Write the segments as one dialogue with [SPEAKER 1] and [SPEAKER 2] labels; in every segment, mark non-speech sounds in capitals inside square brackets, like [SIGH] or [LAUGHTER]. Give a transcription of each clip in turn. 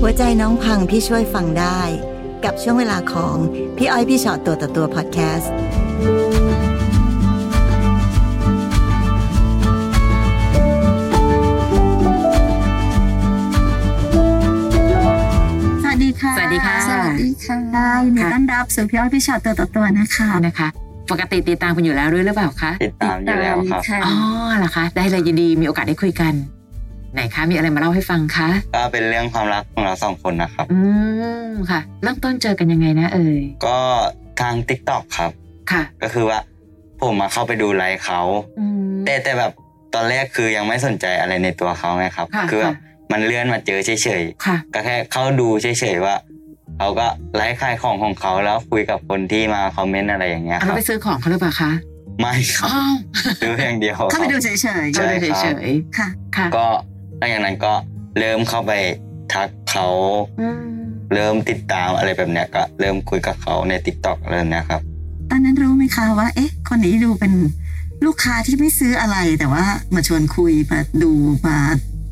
[SPEAKER 1] หัวใจน้องพังพี่ช่วยฟังได้ กับช่วงเวลาของพี่อ้อยพี่ชอตตัวต่อตัวพอดแคสต์
[SPEAKER 2] สวัสดีค่ะ
[SPEAKER 3] สวัสดีค่ะ
[SPEAKER 2] สวัสดีค่ะยินดีต้อนรับสู่พี่อ้อยพี่ชอตตัวต่อตัวนะคะ
[SPEAKER 3] นะคะ ปกติติดตามคุณอยู่แล้วด้วยหรือเปล่าคะ
[SPEAKER 4] ติดตามอยู่แล้วครับ
[SPEAKER 2] ะ
[SPEAKER 3] อ๋อเหรอคะ ได้เลยยินดีมีโอกาสได้คุยกัน ไหนคะ มีอะไรมาเล่าให้ฟังคะ
[SPEAKER 4] ก็เป็นเรื่องความรักของเราสองคนนะครับ
[SPEAKER 3] อืมค่ะ เริ่มต้นเจอกันยังไงนะเอ่ย
[SPEAKER 4] ก็ทาง t ิ k t o k ครับ
[SPEAKER 3] ค่ะ
[SPEAKER 4] ก็คือว่าผมมาเข้าไปดูไลฟ์เขา
[SPEAKER 3] อืม
[SPEAKER 4] แต่แต่แบบตอนแรกคือยังไม่สนใจอะไรในตัวเขาไงครับ
[SPEAKER 3] ค่ะ
[SPEAKER 4] คือแบบ
[SPEAKER 3] ค่ะ
[SPEAKER 4] มันเลื่อนมาเจอเฉย
[SPEAKER 3] ค่ะ
[SPEAKER 4] ๆก็แค่เข้าดูเฉยๆว่าเขาก็ไลฟ์ขายของของเขาแล้วคุยกับคนที่มาคอมเมนต์อะไรอย่างเงี้ย
[SPEAKER 3] เอา
[SPEAKER 4] ค
[SPEAKER 3] เรา
[SPEAKER 4] รับ
[SPEAKER 3] ไปซื้อของเขาหรือเปล่าคะ
[SPEAKER 4] ไม่ครับ
[SPEAKER 3] อ้าว
[SPEAKER 4] ดูอย่างเดียวค
[SPEAKER 2] เข้า
[SPEAKER 4] รับ
[SPEAKER 2] ไปดูเฉย
[SPEAKER 4] ใช่
[SPEAKER 3] เอาเลยเฉย
[SPEAKER 2] ๆค่ะ
[SPEAKER 3] ๆค่ะ
[SPEAKER 4] ก็หลังจากนั้นก็เริ่มเข้าไปทักเขา
[SPEAKER 3] อืม
[SPEAKER 4] เริ่มติดตามอะไรแบบเนี้ยก็เริ่มคุยกับเขาใน t ิ k t o k อะไรแบบเนี้ยครับ
[SPEAKER 2] ตอนนั้นรู้ไหมคะว่า เอ๊ะ คนนี้ดูเป็นลูกค้าที่ไม่ซื้ออะไรแต่ว่ามาชวนคุยมาดูมา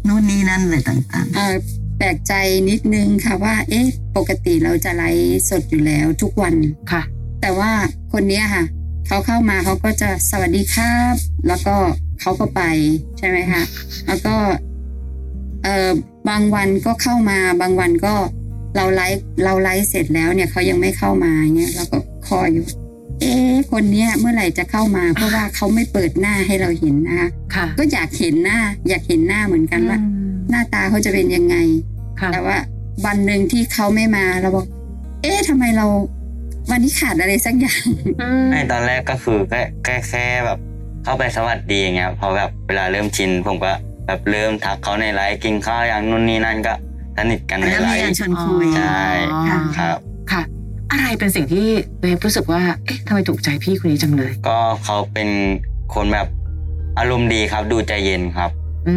[SPEAKER 2] นู่นนี่นั่นอะไรต่าง
[SPEAKER 5] เอ่อแปลกใจนิดนึงค่ะว่า เอ๊ะ ปกติเราจะไลฟ์สดอยู่แล้วทุกวัน
[SPEAKER 3] ค่ะ
[SPEAKER 5] แต่ว่าคนเนี้ยค่ะ เขาเข้ามาเขาก็จะสวัสดีครับ แล้วก็เขาก็ไปใช่ไหมคะ แล้วก็เอ่อบางวันก็เข้ามาบางวันก็เราไลฟ์เราไลฟ์เสร็จแล้วเนี่ยเขายังไม่เข้ามาเงี้ยเราก็คอยอยู่ เอ๊ะคนเนี้ยเมื่อไหร่จะเข้ามา เพราะว่าเขาไม่เปิดหน้าให้เราเห็นนะคะ
[SPEAKER 3] ค่ะ
[SPEAKER 5] ก็อยากเห็นหน้า อยากเห็นหน้าเหมือนกันว่า
[SPEAKER 3] อืม
[SPEAKER 5] หน้าตาเขาจะเป็นยังไง
[SPEAKER 3] ค่ะ
[SPEAKER 5] แต่ว่าวันหนึ่งที่เขาไม่มาเราบอก เอ๊ะทำไมเรา วันนี้ขาดอะไรสักอย่าง
[SPEAKER 3] อืม
[SPEAKER 4] ไม่ตอนแรกก็คือแค่แค่แค่แบบ เข้าไปสวัสดีอย่างเงี้ยพอแบบเวลาเริ่มชินผมก็แบบเริ่มทักเขาในไลฟ์กินข้าวอย่างนู่นนี่นั่นก็สนิทกัน
[SPEAKER 2] ๆ
[SPEAKER 4] ใน
[SPEAKER 2] แล้ว
[SPEAKER 4] ไล
[SPEAKER 2] มีการ
[SPEAKER 4] ฟ์
[SPEAKER 2] ชวนคุย
[SPEAKER 4] ใช่
[SPEAKER 3] อ๋อ
[SPEAKER 4] ครับ
[SPEAKER 3] ค่ะ อะไรเป็นสิ่งที่ตัวเองรู้สึกว่า เอ๊ะทำไมถูกใจพี่คนนี้จังเลย
[SPEAKER 4] ก็เขาเป็นคนแบบอารมณ์ดีครับดูใจเย็นครับ
[SPEAKER 3] อื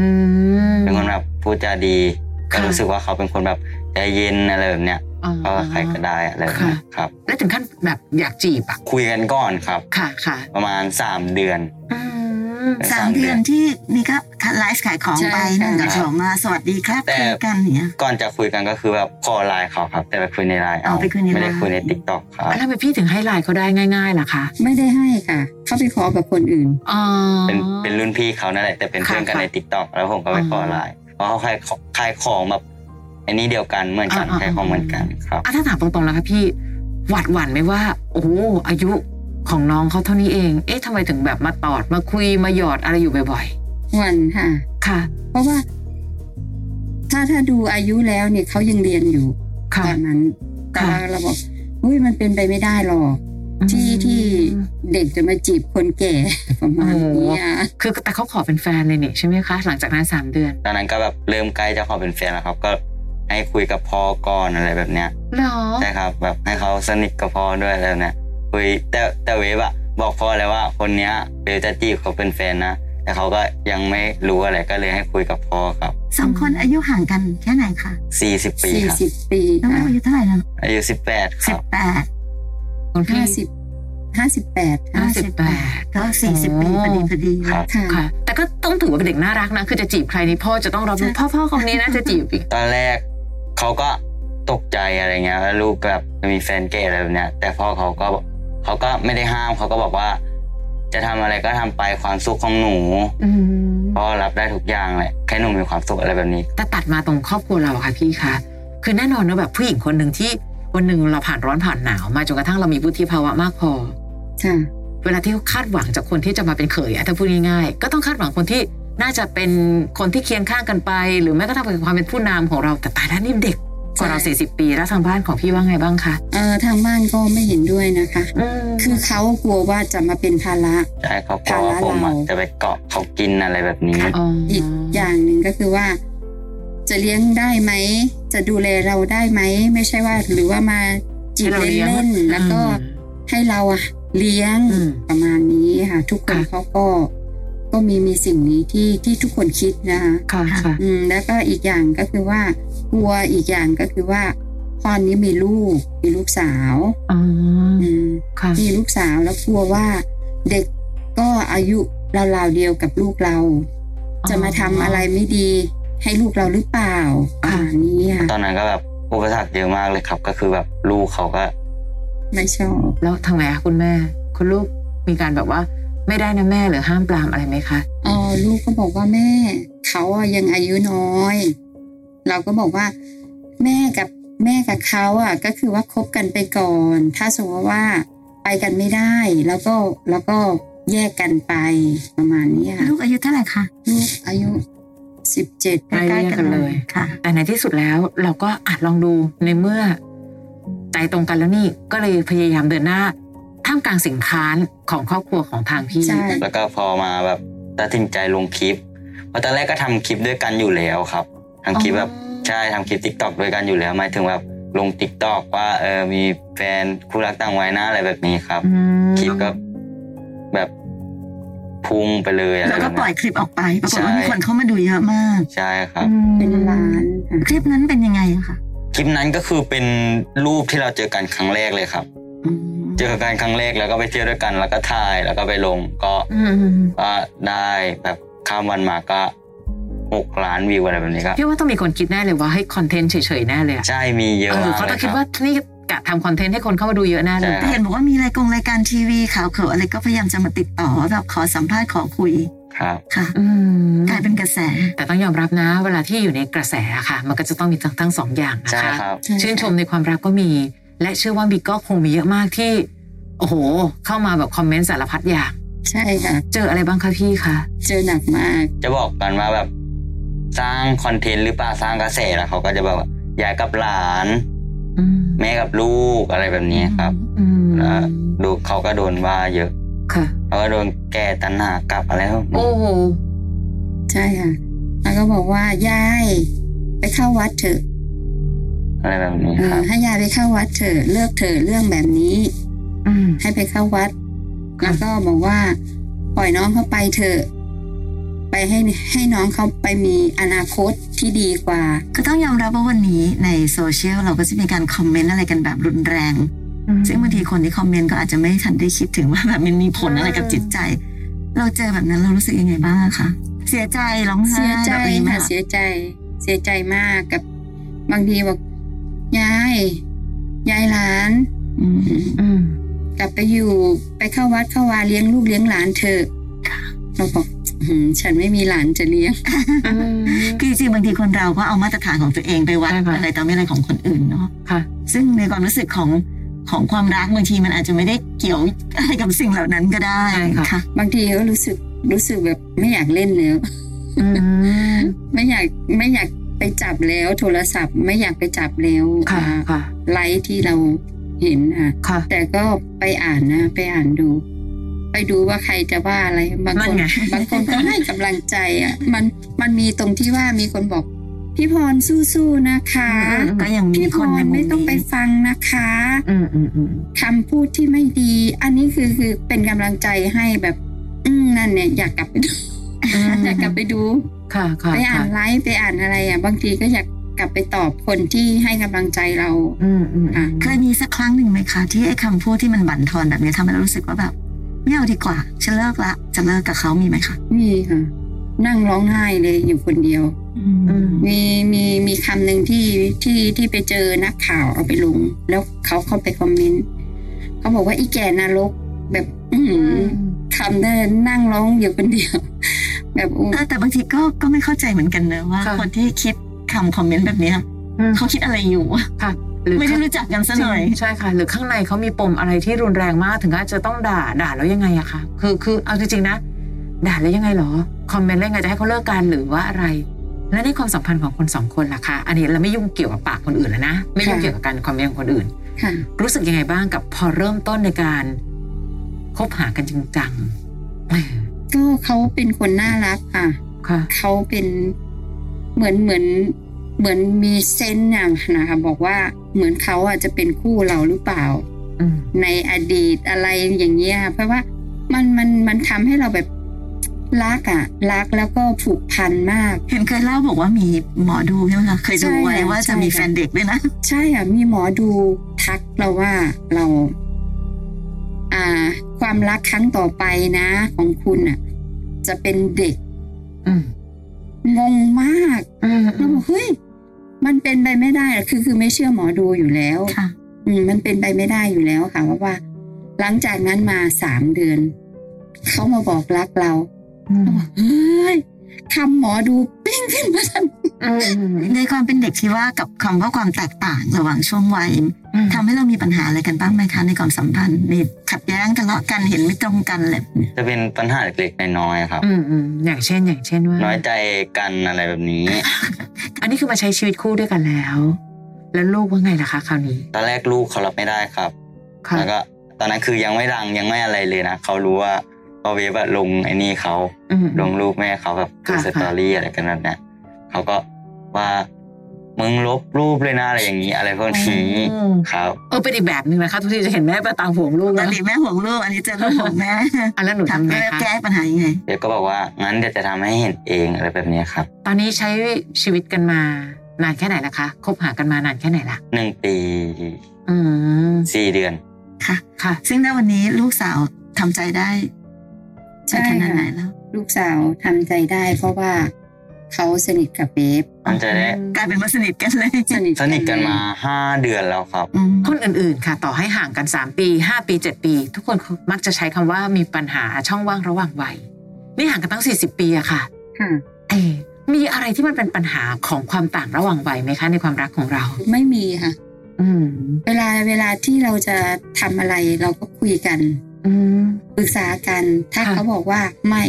[SPEAKER 3] ม
[SPEAKER 4] เป็นคนแบบพูดจาดี
[SPEAKER 3] ค่ะ
[SPEAKER 4] ก็รู้สึกว่าเขาเป็นคนแบบใจเย็นอะไรแบบเนี้ย
[SPEAKER 3] อ๋อ
[SPEAKER 4] ก็ใครก็ได้อะไรแบบเนี้ยครับ
[SPEAKER 3] และถึงขั้นแบบอยากจีบอ่ะ
[SPEAKER 4] คุยกันก่อนครับ
[SPEAKER 3] ค่ะค่ะ
[SPEAKER 4] ประมาณสามเดือน
[SPEAKER 3] อืม
[SPEAKER 2] สามเดือนที่นี่ก็ไลฟ์ขายของไป
[SPEAKER 5] ใช่
[SPEAKER 2] นั่นกับเขามาสวัสดีครับ
[SPEAKER 4] แต่
[SPEAKER 2] คุยกันเนี่ย
[SPEAKER 4] ก่อนจะคุยกันก็คือแบบขอไลน์เขาครับ แต่ไปคุยในไลน์เอา
[SPEAKER 2] อ๋อไปคุยใน
[SPEAKER 4] ไม่ได้
[SPEAKER 2] ไลน์
[SPEAKER 4] คุยในติ๊กต็อกครับ
[SPEAKER 3] แล้วทำไมพี่ถึงให้ไลน์เขาได้ง่ายๆล่ะคะ
[SPEAKER 5] ไม่ได้ให้ค่ะ เขาไปขอกับคนอื่น
[SPEAKER 3] อ๋อ
[SPEAKER 4] เป็นเป็นรุ่นพี่เขานั่นแหละแต่เป็น
[SPEAKER 3] ค่ะ
[SPEAKER 4] เพื่อนกัน
[SPEAKER 3] ค่ะ
[SPEAKER 4] ในติ๊กต็อกแล้วผมก็ไป
[SPEAKER 3] อ๋อ
[SPEAKER 4] ขอไลน์เพราะเขาขายของขายของแบบอันนี้เดียวกันเหมือนกัน
[SPEAKER 3] อ่าอ่า
[SPEAKER 4] ขายของเหมือนกันครับ
[SPEAKER 3] อ่ะถ้าถามตรงๆแล้วค่ะพี่ หวัดหวั่นไหมว่า โอ้โหอายุของน้องเขาเท่านี้เอง เอ๊ะทำไมถึงแบบมาตอดมาคุยมาหยอดอะไรอยู่บ่อย
[SPEAKER 5] วันค่ะ
[SPEAKER 3] ๆ ค่ะ
[SPEAKER 5] เพราะว่า ถ้าถ้าดูอายุแล้วเนี่ยเขายังเรียนอยู่
[SPEAKER 3] ค่ะ
[SPEAKER 5] ตอนนั้น แต่
[SPEAKER 3] ค่ะ
[SPEAKER 5] ว่าเราบอกอุ้ยมันเป็นไปไม่ได้หรอก ที่ที่เด็กจะมาจีบคนแก่ [LAUGHS] ประมาณเนี้ย
[SPEAKER 3] คือแต่เขาขอเป็นแฟนเลยนี่ใช่ไหมคะ หลังจากนั้นสามเดือน
[SPEAKER 4] ตอนนั้นก็แบบเริ่มใกล้จะขอเป็นแฟนแล้วครับก็ให้คุยกับพ่อก่อนอะไรแบบเนี้ย
[SPEAKER 3] หรอ
[SPEAKER 4] ใช่ครับ แบบให้เขาสนิทกับพ่อด้วยอะไรแบบเนี้ยคุยแต่แต่เวฟอะบอกพ่อแล้วว่าคนเนี้ยเวฟจะจีบเขาเป็นแฟนนะแต่เขาก็ยังไม่รู้อะไรก็เลยให้คุยกับพ่อครับ
[SPEAKER 2] สองคนอายุห่างกันแค่ไหนคะ
[SPEAKER 4] สี่สิบปี
[SPEAKER 5] สี่
[SPEAKER 4] ครับ
[SPEAKER 5] สิบปี
[SPEAKER 2] น้อง
[SPEAKER 5] ค่ะ
[SPEAKER 2] อายุเท่าไหร่นะ
[SPEAKER 4] อายุสิบแปดค
[SPEAKER 2] สิ
[SPEAKER 4] รั
[SPEAKER 2] บบ แปด
[SPEAKER 3] คนพี่
[SPEAKER 5] ห้าสิบห้าสิบแปด
[SPEAKER 3] ห้า
[SPEAKER 5] ค่ะ
[SPEAKER 3] สิบแปด
[SPEAKER 2] ก็สี่สิบปีพอดีพอดี
[SPEAKER 4] ครับ
[SPEAKER 5] ค่ะ
[SPEAKER 3] ค่ะ แต่ก็ต้องถือว่าเป็นเด็กน่ารักนะ คือจะจีบใครนี่พ่อจะต้องรับรู้
[SPEAKER 2] ใช่
[SPEAKER 3] พ่อพ่อคนนี้นะจะจีบอีก
[SPEAKER 4] ตอนแรกเขาก็ตกใจอะไรเงี้ยแล้วลูกแบบจะมีแฟนเกย์อะไรแบบเนี้ย แต่พ่อเขาก็เขาก็ไม่ได้ห้ามเขาก็บอกว่า จะทำอะไรก็ทำไปความสุขของหนู
[SPEAKER 3] อืม
[SPEAKER 4] พ่อรับได้ทุกอย่างแหละแค่หนูมีความสุขอะไรแบบนี้
[SPEAKER 3] แต่ตัดมาตรงครอบครัวเราอะค่ะพี่คะ คือแน่นอนนะแบบผู้หญิงคนหนึ่งที่วันหนึ่งเราผ่านร้อนผ่านหนาวมาจนกระทั่งเรามีวุฒิภาวะมากพอ
[SPEAKER 5] ค่ะ
[SPEAKER 3] เวลาที่เขาคาดหวังจากคนที่จะมาเป็นเขยอะถ้าพูดง่ายๆ ก็ต้องคาดหวังคนที่น่าจะเป็นคนที่เคียงข้างกันไป หรือแม้กระทั่งเป็นความเป็นผู้นำของเราแต่ตายแล้วนี่เด็กกว่าเรา
[SPEAKER 5] ใช่
[SPEAKER 3] สี่สิบปีแล้วทางบ้านของพี่ว่าไงบ้างคะ
[SPEAKER 5] เอ่อทางบ้านก็ไม่เห็นด้วยนะคะ คือเขากลัวว่าจะมาเป็นภาระ
[SPEAKER 4] ใช่เขากลัวว่าผมอะจะไปเกาะเขากินอะไรแบบนี้
[SPEAKER 3] อ๋อ
[SPEAKER 5] อีกอย่างหนึ่งก็คือว่า จะเลี้ยงได้ไหม จะดูแลเราได้ไหม ไม่ใช่ว่า หรือว่ามาจีบ
[SPEAKER 3] ให้ราลี้ยง
[SPEAKER 5] เล่นๆแล้วก็ให้เราอะเลี้ยง
[SPEAKER 3] อืม
[SPEAKER 5] ประมาณนี้ค่ะ ทุกคน
[SPEAKER 3] ค่ะ
[SPEAKER 5] เขาก็ก็มีมีสิ่งนี้ที่ที่ทุกคนคิดนะคะ
[SPEAKER 3] ค่ะค่ะ
[SPEAKER 5] อืมแล้วก็อีกอย่างก็คือว่ากลัวอีกอย่างก็คือว่าพ่อนี้มีลูกมีลูกสาว
[SPEAKER 3] อ๋อ
[SPEAKER 5] อืม
[SPEAKER 3] ค่ะ
[SPEAKER 5] มีลูกสาวแล้วกลัวว่าเด็กก็อายุราวๆเดียวกับลูกเรา จะมาทำอะไรไม่ดี ให้ลูกเราหรือเปล่า
[SPEAKER 3] อ่า
[SPEAKER 5] อ่านี้ค่ะ
[SPEAKER 4] ตอนนั้นก็แบบอุปสรรคเยอะมากเลยครับ ก็คือแบบลูกเขาก็
[SPEAKER 5] ไม่ชอบ
[SPEAKER 3] แล้วทางไงคะคุณแม่ คุณลูกมีการแบบว่าไม่ได้นะแม่หรือห้ามปรามอะไรไหมคะ
[SPEAKER 5] เออลูกก็บอกว่าแม่เขาอะยังอายุน้อย เราก็บอกว่า แม่กับแม่กับเขาอ่ะ ก็คือว่าคบกันไปก่อน ถ้าสมมติว่าไปกันไม่ได้ แล้วก็แล้วก็แยกกันไปประมาณนี้ค่ะ
[SPEAKER 2] ลูกอายุเท่าไหร่คะ
[SPEAKER 5] ลูกอายุสิบเจ็ด
[SPEAKER 3] ใกล้เรียกกันเลย
[SPEAKER 2] ค่ะ
[SPEAKER 3] แต่ในที่สุดแล้วเราก็อาจลองดูในเมื่อใจตรงกันแล้วนี่ก็เลยพยายามเดินหน้าท่ามกลางเสิ่งค้านของครอบครัวของทางพี่
[SPEAKER 5] ใช่
[SPEAKER 4] แล้วก็พอมาแบบตัดสินใจลงคลิปเพราะตอนแรกก็ทำคลิปด้วยกันอยู่แล้วครับทำคลิปแบบใช่ทำคลิปทิกตอกด้วยกันอยู่แล้วหมายถึงแบบลงทิกตอกว่าเออมีแฟนคู่รักต่างวัยหน้าอะไรแบบนี้ครับ
[SPEAKER 3] อืม
[SPEAKER 4] คลิปก็แบบพุ่งไปเลยอะไร
[SPEAKER 2] แล้ว
[SPEAKER 4] แบ
[SPEAKER 2] ก็
[SPEAKER 4] บ
[SPEAKER 2] ปล่อย
[SPEAKER 4] เนี้ย
[SPEAKER 2] คลิปออกไป ปรากฏว่า
[SPEAKER 4] ใช่
[SPEAKER 2] มีคนเข้ามาดูเยอะมาก
[SPEAKER 4] ใช่ครับ
[SPEAKER 5] เป็นล้านค่ะ
[SPEAKER 2] คลิปนั้นเป็นยังไงอะคะ
[SPEAKER 4] คลิปนั้นก็คือเป็นรูปที่เราเจอกันครั้งแรกเลยครับ
[SPEAKER 2] อืม
[SPEAKER 4] เจอกันครั้งแรกแล้วก็ไปเที่ยวด้วยกัน แล้วก็ถ่ายแล้วก็ไปลงก็
[SPEAKER 3] อืม
[SPEAKER 4] ก็ได้แบบข้ามวันมาก็หกล้านวิวอะไรแบบนี้ก็
[SPEAKER 3] พี่ว่าต้องมีคนคิดแน่เลยว่าให้คอนเทนต์เฉยๆแน่เลยอะ
[SPEAKER 4] ใช่มีเย
[SPEAKER 3] เอ
[SPEAKER 4] อะ
[SPEAKER 3] อ
[SPEAKER 4] มาก
[SPEAKER 3] เขา
[SPEAKER 4] เล
[SPEAKER 3] ต้อง
[SPEAKER 4] ยค
[SPEAKER 3] คิด
[SPEAKER 4] รับ
[SPEAKER 3] ว่านี่กะทำคอนเทนต์ให้คนเข้ามาดูเยอะแน่เลย
[SPEAKER 4] ใช่
[SPEAKER 2] แต่เห็นบอกว่ามีรายกงรายการทีวีข่าวเขออะไรก็พยายามจะมาติดต่อว่าแบบขอสัมภาษณ์ขอคุย
[SPEAKER 4] ครับ
[SPEAKER 2] ค่ะ
[SPEAKER 3] อืม
[SPEAKER 2] กลายเป็นกระแส
[SPEAKER 3] แต่ต้องยอมรับนะ เวลาที่อยู่ในกระแสอะค่ะ มันก็จะต้องมีทั้งทั้งสองอย่างนะ
[SPEAKER 4] ใช่
[SPEAKER 3] คะ
[SPEAKER 4] ครับ
[SPEAKER 5] ใช่
[SPEAKER 3] ชื่นชมในความรักก็มี และเชื่อว่ามีก็คงมีเยอะมากที่ โอ้โห เข้ามาแบบคอมเมนต์สารพัดอย่าง
[SPEAKER 5] ใช่ค่ะ
[SPEAKER 3] เจออะไรบ้างคะพี่คะ
[SPEAKER 5] เจอหนักมาก
[SPEAKER 4] จะบอกกันว่าแบบสร้างคอนเทนต์หรือเปล่าสร้างกระแสแล้วเขาก็จะแบบว่ายายกับหลาน
[SPEAKER 3] อืม
[SPEAKER 4] แม่กับลูกอะไรแบบนี้ครับ
[SPEAKER 3] อืม
[SPEAKER 4] แล้วดูเขาก็โดนว่าเยอะ
[SPEAKER 3] ค่ะ
[SPEAKER 4] เขาก็โดนแก้ตันหากลับอะไรพวกนี้
[SPEAKER 3] โอ้โห
[SPEAKER 5] ใช่ค่ะ แล้วก็บอกว่ายายไปเข้าวัดเถอะ
[SPEAKER 4] อะไรแบบนี้
[SPEAKER 5] เอ
[SPEAKER 4] ค
[SPEAKER 5] อ
[SPEAKER 4] รับ
[SPEAKER 5] ให้ยายไปเข้าวัดเถอะเลิกเถอะเรื่องแบบนี้
[SPEAKER 3] อืม
[SPEAKER 5] ให้ไปเข้าวัด
[SPEAKER 3] ค่ะ
[SPEAKER 5] แล้วก็บอกว่า ปล่อยน้องเขาไปเถอะ ไปให้ให้น้องเขาไปมีอนาคตที่ดีกว่า
[SPEAKER 2] ก็ต้องยอมรับว่าวันนี้ในโซเชียลเราก็จะมีการคอมเมนต์อะไรกันแบบรุนแรง ซึ่งบางทีคนที่คอมเมนต์ก็อาจจะไม่ทันได้คิดถึงว่าแบบมันมีผลอะไรกับจิตใจ เราเจอแบบนั้นเรารู้สึกยังไงบ้างอะคะเสียใจร้องไห้
[SPEAKER 5] เสียใจ
[SPEAKER 2] แบบนี้ไหม
[SPEAKER 5] ค่ะ
[SPEAKER 2] คะ
[SPEAKER 5] เสียใจ เสียใจมากกับบางทีบอกยายยายหลาน
[SPEAKER 2] อืม
[SPEAKER 3] อืม
[SPEAKER 5] กลับไปอยู่ไปเข้าวัดเข้าวาเลี้ยงลูกเลี้ยงหลานเถอะเราบอกอื้อหือฉันไม่มีหลานจะเลี้ยง
[SPEAKER 3] อืม
[SPEAKER 2] คือจริงๆบางทีคนเราก็เอามาตรฐานของตัวเองไปวัด
[SPEAKER 3] ใช่ค่ะ
[SPEAKER 2] อะไรต่อไม่อะไรของคนอื่นเนาะ
[SPEAKER 3] ค่ะ
[SPEAKER 2] ซึ่งในความรู้สึกของของความรักบางทีมันอาจจะไม่ได้เกี่ยว [LAUGHS] อะไรกับสิ่งเหล่านั้นก็ได้
[SPEAKER 3] ใช่ค่ะ
[SPEAKER 2] ค่ะ
[SPEAKER 5] บางทีก็รู้สึกรู้สึกแบบไม่อยากเล่นแล้ว
[SPEAKER 3] อืม
[SPEAKER 5] ไม่อยากไม่อยากไปจับแล้ว โทรศัพท์ไม่อยากไปจับแล้ว
[SPEAKER 3] ค่ะ
[SPEAKER 5] อ่า
[SPEAKER 3] ค่ะ
[SPEAKER 5] ไลฟ์ที่เราเห็นอ่ะ
[SPEAKER 3] ค่ะ
[SPEAKER 5] แต่ก็ไปอ่านนะ ไปอ่านดู ไปดูว่าใครจะว่าอะไรบาง
[SPEAKER 2] นั่
[SPEAKER 5] คน น
[SPEAKER 2] ไง
[SPEAKER 5] [LAUGHS] บางคนก็ให้กำลังใจอ่ะ มันมันมีตรงที่ว่ามีคนบอก พี่พรสู้ๆนะคะ
[SPEAKER 2] ก็ยังมี
[SPEAKER 5] พี่พ
[SPEAKER 2] คนใน
[SPEAKER 5] ร
[SPEAKER 2] มุม
[SPEAKER 5] ไม่ต้องไป
[SPEAKER 2] นี้
[SPEAKER 5] ฟังนะคะ
[SPEAKER 3] อืมอืมอืม
[SPEAKER 5] คำพูดที่ไม่ดี อันนี้คือคือเป็นกำลังใจให้แบบ อืมนั่นเนี่ยอยากกลับไปดู
[SPEAKER 3] อืม
[SPEAKER 5] อยากกลับไปดู
[SPEAKER 3] ค่ะค่ะ
[SPEAKER 5] ไปอ่าน
[SPEAKER 3] ค่ะ
[SPEAKER 5] ไลฟ์ไปอ่านอะไรอ่ะ บางทีก็อยากกลับไปตอบคนที่ให้กำลังใจเรา
[SPEAKER 3] อืมอืม
[SPEAKER 5] อ่ะ
[SPEAKER 2] เคยมีสักครั้งหนึ่งไหมคะที่ไอ้คำพูดที่มันบั่นทอนแบบนี้ทำให้เรารู้สึกว่าแบบไม่เอาดีกว่าฉันเลิกละจะเลิกกับเขามีไหมคะ
[SPEAKER 5] นี่ค่ะ นั่งร้องไห้เลยอยู่คนเดียว
[SPEAKER 3] อืม
[SPEAKER 5] มีมีมีคำหนึ่งที่ที่ที่ไปเจอนักข่าวเอาไปลง แล้วเขาเข้าไปคอมเมนต์เขาบอกว่าอีแก่นรกแบบ อือหือคำนั้นนั่งร้องอยู่คนเดียว แบบอู้
[SPEAKER 2] เออแต่บางทีก็ก็ไม่เข้าใจเหมือนกันนะว่า คนที่คิดคำคอมเมนต์แบบเนี้ย
[SPEAKER 3] อืม
[SPEAKER 2] เขาคิดอะไรอยู่วะ
[SPEAKER 3] ค่ะหรือ
[SPEAKER 2] ไม่ได้
[SPEAKER 3] ข้าง
[SPEAKER 2] รู้จักกันซะหน่อย
[SPEAKER 3] ใช่ค่ะ หรือข้างในเขามีปมอะไรที่รุนแรงมากถึงขั้นจะต้องด่าด่าแล้วยังไงอะคะคือคือเอาจริงๆนะ ด่าแล้วยังไงเหรอ คอมเมนต์แล้วยังไงจะให้เขาเลิกกันหรือว่าอะไร และในความสัมพันธ์ของคนสองคนล่ะคะอันนี้เราไม่ยุ่งเกี่ยวกับปากคนอื่นแล้วนะ ไม่ยุ่ง
[SPEAKER 5] ค่ะ
[SPEAKER 3] เกี่ยวกับการคอมเมนต์ของคนอื่น
[SPEAKER 5] ค่ะ
[SPEAKER 3] รู้สึกยังไงบ้างกับพอเริ่มต้นในการคบหากันจริงจังเออ
[SPEAKER 5] ก็เขาเป็นคนน่ารักค่ะ
[SPEAKER 3] ค่ะ
[SPEAKER 5] เขาเป็นเหมือนเหมือนเหมือนมีเซนส์อย่างนะคะบอกว่าเหมือนเขาอาจจะเป็นคู่เราหรือเปล่า
[SPEAKER 3] อืม
[SPEAKER 5] ในอดีตอะไรอย่างเงี้ยค่ะเพราะว่ามันมันมันทำให้เราแบบรักอะรักแล้วก็ผูกพันมาก
[SPEAKER 2] เห็นเคยเล่าบอกว่ามีหมอดูใช่ไหมคะเคยดูไว้ว่าจะมีแฟนเด็กด้วยนะ
[SPEAKER 5] ใช่ค่ะมีหมอดูทักเราว่าเรา อ่า ความรักครั้งต่อไปนะ ของคุณอะจะเป็นเด็ก
[SPEAKER 3] อืม
[SPEAKER 5] งงมาก
[SPEAKER 3] อืม
[SPEAKER 5] เราบอกเฮ้ยมันเป็นไปไม่ได้คือคือไม่เชื่อหมอดูอยู่แล้ว
[SPEAKER 2] ค่ะ
[SPEAKER 5] อืมมันเป็นไปไม่ได้อยู่แล้วค่ะเพราะว่า หลังจากนั้นมาสามเดือน เขามาบอกรักเรา
[SPEAKER 3] อืม
[SPEAKER 5] เฮ้ยคำหมอดูปิ้งขึ้นมาทันที
[SPEAKER 3] อืมอืม
[SPEAKER 2] ในความเป็นเด็กที่ว่ากับคำว่าความแตกต่างระหว่างช่วงวัย
[SPEAKER 3] อืม
[SPEAKER 2] ทำให้เรามีปัญหาอะไรกันบ้างไหมคะในความสัมพันธ์มีขัดแย้งทะเลาะกันเห็นไม่ตรงกันเลย
[SPEAKER 4] จะเป็นปัญหาเล็กๆน้อยๆครับ
[SPEAKER 3] อืมอืมอย่างเช่นอย่างเช่นว่า
[SPEAKER 4] น้อยใจกันอะไรแบบนี้
[SPEAKER 3] อันนี้คือมาใช้ชีวิตคู่ด้วยกันแล้ว แล้วลูกว่าไงล่ะคะคราวนี้
[SPEAKER 4] ตอนแรกลูกเขารับไม่ได้ครับ
[SPEAKER 3] ค่ะ
[SPEAKER 4] แล้วก็ตอนนั้นคือยังไม่ดังยังไม่อะไรเลยนะเขารู้ว่าเอาเวฟอะลงไอ้นี่เขา
[SPEAKER 3] อืม
[SPEAKER 4] ลงรูปแม่เขาแบบคือ
[SPEAKER 3] ค่ะ
[SPEAKER 4] สตอรี่อะไรกันนั่นนะเขาก็ว่ามึงลบรูปเลยนะอะไรอย่างนี้ อะไรพวกนี้
[SPEAKER 3] อืม
[SPEAKER 4] ครับ
[SPEAKER 3] เออเป็นอีกแบบหนึ่งนะคะทุกทีจะเห็นแม่ไปตามห่วงลูก
[SPEAKER 2] ปก
[SPEAKER 3] นะ
[SPEAKER 2] ติแม่ห่วงลูกอันนี้เจอลูกห่วงแม่
[SPEAKER 3] อ่ะแล้วหนู
[SPEAKER 2] ทำ
[SPEAKER 3] ทำไง
[SPEAKER 2] เพื่อ
[SPEAKER 3] คะ
[SPEAKER 2] แก้ปัญหายังไง
[SPEAKER 4] เดี๋ยวก็บอกว่างั้นเดี๋ยวจะทำให้เห็นเองอะไรแบบนี้ครับ
[SPEAKER 3] ตอนนี้ใช้ชีวิตกันมานานแค่ไหนล่ะคะคบหากันมานานแค่ไหนล่ะ
[SPEAKER 4] หนึ่งปี
[SPEAKER 3] อืม
[SPEAKER 4] สี่เดือน
[SPEAKER 3] ค่ะ
[SPEAKER 2] ซึ่งณวันนี้ลูกสาวทำใจได้ใช่ขนาดไหนแล้ว
[SPEAKER 5] ลูกสาวทำใจได้ เพราะว่าเขาสนิทกับเบฟ
[SPEAKER 4] มันจะได้
[SPEAKER 2] กลายเป็นว่าสนิทกันเลย
[SPEAKER 5] สนิท
[SPEAKER 4] สนิทกันมาห้าเดือนแล้วครับ
[SPEAKER 2] อืม
[SPEAKER 3] คนอื่นๆ ค่ะ ต่อให้ห่างกัน 3 ปี 5 ปี 7 ปี ทุกคนมักจะใช้คำว่ามีปัญหาช่องว่างระหว่างวัยนี่ห่างกันตั้ง 40 ปีอะค่ะ
[SPEAKER 5] ค่ะ
[SPEAKER 3] เอะมีอะไรที่มันเป็นปัญหาของความต่างระหว่างวัยไหมคะ ในความรักของเรา
[SPEAKER 5] ไม่มีค่ะ
[SPEAKER 3] อืม
[SPEAKER 5] เวลาเวลาที่เราจะทำอะไรเราก็คุยกัน
[SPEAKER 3] อืม
[SPEAKER 5] ปรึกษากัน ถ้า
[SPEAKER 3] ค่ะ
[SPEAKER 5] เขาบอกว่าไม่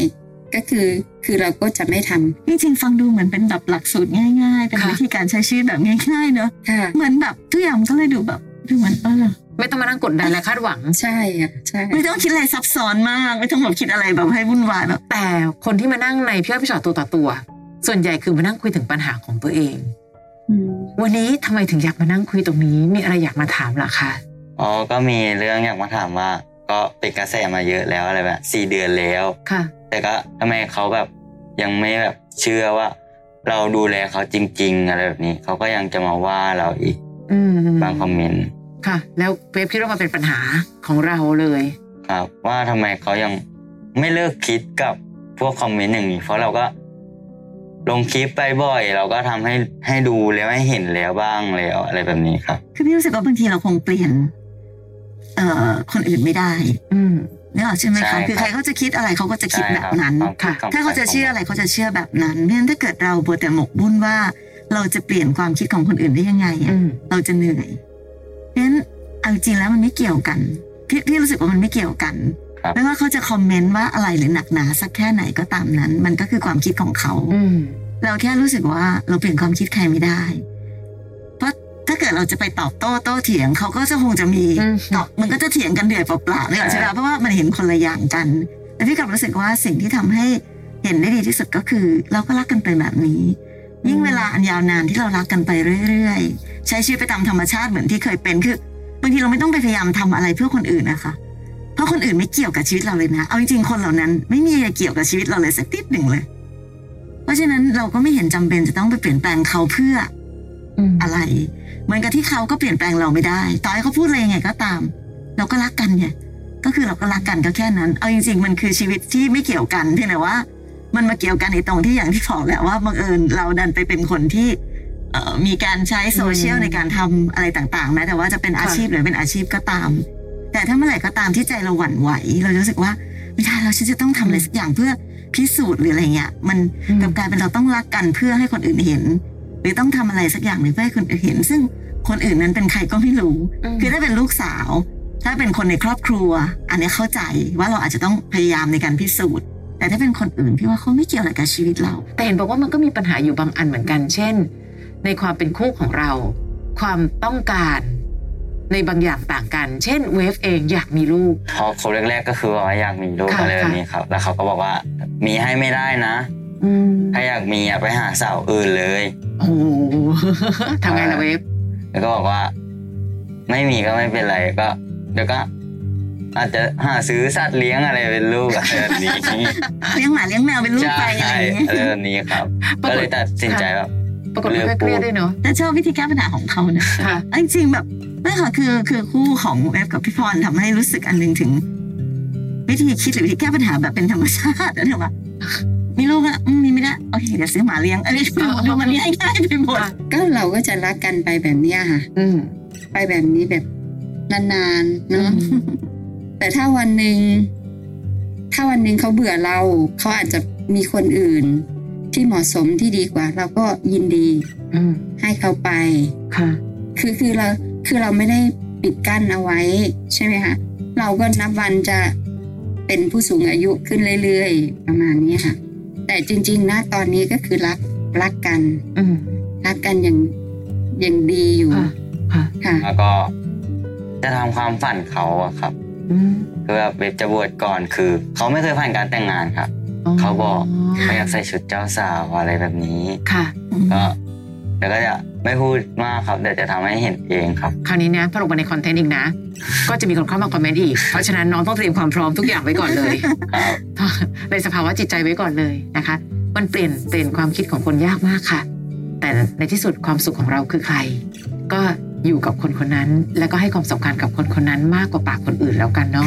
[SPEAKER 5] ก็คือคือเราก็จะไม่ทำ
[SPEAKER 2] จริงๆฟังดูเหมือนเป็นแบบหลักสูตรง่าย ๆ เป็น
[SPEAKER 3] ค่ะ
[SPEAKER 2] วิธีการใช้ชีวิตแบบง่ายๆเนอะ
[SPEAKER 5] ค่ะ
[SPEAKER 2] เหมือนแบบทุกอย่างมันก็เลยดูแบบดูเหมือนเออ
[SPEAKER 3] ไม่ต้องมานั่งกดดันและคาดหวัง
[SPEAKER 5] ใช่ค่ะใช่
[SPEAKER 2] ไม่ต้องคิดอะไรซับซ้อนมาก ไม่ต้องแบบคิดอะไรแบบให้วุ่นวายแบบ
[SPEAKER 3] แต่คนที่มานั่งในพี่อ้อยพี่ชอตตัวต่อตัว ส่วนใหญ่คือมานั่งคุยถึงปัญหาของตัวเอง วันนี้ทำไมถึงอยากมานั่งคุยตรงนี้ มีอะไรอยากมาถามล่ะคะ
[SPEAKER 4] อ๋อ ก็มีเรื่องอยากมาถามว่า ก็เป็นกระแสมาเยอะแล้วอะไรแบบสี่เดือนแล้ว
[SPEAKER 3] ค่ะ
[SPEAKER 4] แต่ก็ทำไมเขาแบบยังไม่แบบเชื่อว่า เราดูแลเขาจริง ๆ อะไรแบบนี้ เขาก็ยังจะมาว่าเราอีก
[SPEAKER 3] อืม
[SPEAKER 4] บางคอมเมนต์
[SPEAKER 3] ค่ะ แล้วเว็บที่เรามาเป็นปัญหาของเราเลย
[SPEAKER 4] ครับ ว่าทำไมเขายังไม่เลิกคิดกับพวกคอมเมนต์อย่างนี้เพราะเราก็ลงคลิปไปบ่อย เราก็ทำให้ให้ดูแล้วให้เห็นแล้วบ้างแล้วอะไรแบบนี้ครับ
[SPEAKER 2] คือพี่รู้สึกว่าบางทีเราคงเปลี่ยน เอ่อคนอื่นไม่ได้
[SPEAKER 3] อืม
[SPEAKER 2] นึกออกใช่ไหม
[SPEAKER 4] ใช่ครั
[SPEAKER 2] คะ
[SPEAKER 4] บ
[SPEAKER 2] คือใครเขาจะคิดอะไรเขาก็จะคิด
[SPEAKER 4] ใช่
[SPEAKER 2] แบ
[SPEAKER 4] รับ
[SPEAKER 2] นั้น
[SPEAKER 4] วมด
[SPEAKER 3] ค่ะ
[SPEAKER 4] ของ
[SPEAKER 2] ถ้าเขาจะเชื่ออะไรเขาจะเชื่อแบบนั้นเพราะฉะนั้นถ้าเกิดเราบัวแต่หมกบุ่นว่า เราจะเปลี่ยนความคิดของคนอื่นได้ยังไงอะ
[SPEAKER 3] อืม
[SPEAKER 2] เราจะเหนื่อยเพราะฉะนั้นเอาจริงๆแล้วมันไม่เกี่ยวกันพี่พี่รู้สึกว่ามันไม่เกี่ยวกัน
[SPEAKER 4] ครับ
[SPEAKER 2] ไม่ว่าเขาจะคอมเมนต์ว่าอะไรหรือหนักหนาสักแค่ไหนก็ตามนั้น มันก็คือความคิดของเขา
[SPEAKER 3] อืม
[SPEAKER 2] เราแค่รู้สึกว่าเราเปลี่ยนความคิดใครไม่ได้ เพราะถ้าเกิดเราจะไปตอบโต้โต้เถียงเขาก็จะคงจะมี
[SPEAKER 3] อืม
[SPEAKER 2] ตอบมันก็จะเถียงกันเดือยเปล่าๆเนี่ยใช่ไหมเพราะว่ามันเห็นคนละอย่างกันแต่พี่กลับรู้สึกว่าสิ่งที่ทำให้เห็นได้ดีที่สุดก็คือ เราก็รักกันไปแบบนี้ ยิ่งเวลาอันยาวนานที่เรารักกันไปเรื่อยๆ ใช้ชีวิตไปตามธรรมชาติเหมือนที่เคยเป็นคือบางทีเราไม่ต้องไปพยายามทำอะไรเพื่อคนอื่นนะคะ เพราะคนอื่นไม่เกี่ยวกับชีวิตเราเลยนะ เอาจริงๆคนเหล่านั้น ไม่มีอะไรเกี่ยวกับชีวิตเราเลยสักนิดหนึ่งเลย เพราะฉะนั้นเราก็ไม่เห็นจำเป็นจะต้องไปเปลี่ยนแปลงเขาเพื่อ
[SPEAKER 3] อืม
[SPEAKER 2] อะไร เหมือนกับที่เขาก็เปลี่ยนแปลงเราไม่ได้ ต่อให้เขาพูดอะไรยังไงก็ตาม เราก็รักกันไงก็คือเราก็รักกันก็แค่นั้น เอาจริง ๆ มันคือชีวิตที่ไม่เกี่ยวกันเพียงแต่ว่า มันมาเกี่ยวกันในตรงที่อย่างที่บอกแหละว่าบังเอิญเราดันไปเป็นคนที่เอ่อมีการใช้โซเชียลในการทำอะไรต่างๆแม้แต่ว่าจะเป็นอาชีพหรือเป็นอาชีพก็ตาม แต่ถ้าเมื่อไหร่ก็ตามที่ใจเราหวั่นไหว เราจะรู้สึกว่าไม่ได้เราฉันจะต้องทำอะไรสักอย่างเพื่อพิสูจน์หรืออะไรเงี้ยมัน
[SPEAKER 3] อืม
[SPEAKER 2] กลับกลายเป็นเราต้องรักกันเพื่อให้คนอื่นเห็น หรือต้องทำอะไรสักอย่างหนึ่งเพื่อให้คนอื่นเห็น ซึ่งคนอื่นนั้นเป็นใครก็ไม่รู้
[SPEAKER 3] ม
[SPEAKER 2] คือถ้าเป็นลูกสาว ถ้าเป็นคนในครอบครัว อันนี้เข้าใจว่าเราอาจจะต้องพยายามในการพิสูจน์ แต่ถ้าเป็นคนอื่นพี่ว่าเขาไม่เกี่ยวอะไรกับชีวิตเรา
[SPEAKER 3] แต่เห็นบอกว่ามันก็มีปัญหาอยู่บางอันเหมือนกัน เช่น ในความเป็นคู่ของเรา ความต้องการในบางอย่างต่างกัน เช่น เวฟเองอยากมีลูก
[SPEAKER 4] พอคบแรกๆก็คือว่าอยากมีลูก
[SPEAKER 3] ค่ะ
[SPEAKER 4] อะไรแบบ
[SPEAKER 3] ค่ะ
[SPEAKER 4] นี้ครับ แล้วเขาก็บอกว่ามีให้ไม่ได้นะ
[SPEAKER 3] อืม
[SPEAKER 4] ถ้าอยากมีอะไปหาสาวอื่นเลย
[SPEAKER 3] โอ้โหทำไงล่ะเวฟ
[SPEAKER 4] แล้วก็บอกว่า ไม่มีก็ไม่เป็นไรก็เดี๋ยวก็ อาจจะหาซื้อสัตว์เลี้ยงอะไรเป็นลูกอะไรแบบนี้
[SPEAKER 2] เลี้ยงหมาเลี้ยงแมวเป็นลูก
[SPEAKER 4] ใช่
[SPEAKER 2] ไปอะไรอย่างเงี้ย
[SPEAKER 4] อะไรแบบนี้ครับ
[SPEAKER 3] ปรา
[SPEAKER 4] ก็
[SPEAKER 3] กฏ
[SPEAKER 4] เลยตัดสินใจแบบ
[SPEAKER 3] ปรากฏว่าเครียดด้วยเนาะ
[SPEAKER 2] แต่ชอบวิธีแก้ปัญหาของเขานะ
[SPEAKER 3] ค่ะ
[SPEAKER 2] เอาจริงๆแบบนั่นค่ะคือคือคู่ของเอฟกับพี่พรทำให้รู้สึกอันหนึ่งถึง วิธีคิดหรือวิธีแก้ปัญหาแบบเป็นธรรมชาตินะเนอะวะ มีลูกอ่ะอืมมีไม่ได้โอเคเดี๋ยวซื้อหมาเลี้ยงอะไรดูมันง่ายง่ายๆไปหมด
[SPEAKER 3] ค่ะ
[SPEAKER 5] ก็เราก็จะรักกันไปแบบเนี้ยค่ะ
[SPEAKER 3] อืม
[SPEAKER 5] ไปแบบนี้แบบนานๆเนาะ
[SPEAKER 3] อืม
[SPEAKER 5] แต่ถ้าวันหนึ่งถ้าวันหนึ่งเขาเบื่อเรา เขาอาจจะมีคนอื่น ที่เหมาะสมที่ดีกว่า เราก็ยินดี
[SPEAKER 3] อืม
[SPEAKER 5] ให้เขาไป
[SPEAKER 3] ค่ะ
[SPEAKER 5] คือคือเราคือเราไม่ได้ปิดกั้นเอาไว้ ใช่ไหมคะเราก็นับวันจะเป็นผู้สูงอายุขึ้นเรื่อยๆ ประมาณนี้ค่ะ แต่จริงๆนะตอนนี้ก็คือรักรักกัน
[SPEAKER 3] อืม
[SPEAKER 5] รักกันอย่างอย่างดีอยู่
[SPEAKER 3] ค่ะค่ะ
[SPEAKER 5] ค่ะ
[SPEAKER 4] แล้วก็จะทำความฝันเขาอะครับ
[SPEAKER 3] อืม
[SPEAKER 4] คือแบบเว็บจะบวชก่อนคือ เขาไม่เคยผ่านการแต่งงานครับ เขาบอก เขาอยากใส่ชุดเจ้าสาวอะไรแบบนี้
[SPEAKER 3] ค่ะ
[SPEAKER 4] ก็แล้วก็จะไม่พูดมากครับเดี๋ยวจะทำให้เห็นเองครับ
[SPEAKER 3] คราวนี้นะถ้าลงไปในคอนเทนต์อีกนะ ก็จะมีคนเข้ามาคอมเมนต์อีก เพราะฉะนั้นน้องต้องเตรียมความพร้อมทุกอย่างไว้ก่อนเลย
[SPEAKER 4] ครับ
[SPEAKER 3] ในสภาวะจิตใจไว้ก่อนเลยนะคะ มันเปลี่ยนเปลี่ยนความคิดของคนยากมากค่ะ แต่ในที่สุดความสุขของเราคือใคร ก็อยู่กับคนคนนั้น แล้วก็ให้ความสำคัญกับคนคนนั้นมากกว่าปากคนอื่นแล้วกันเนาะ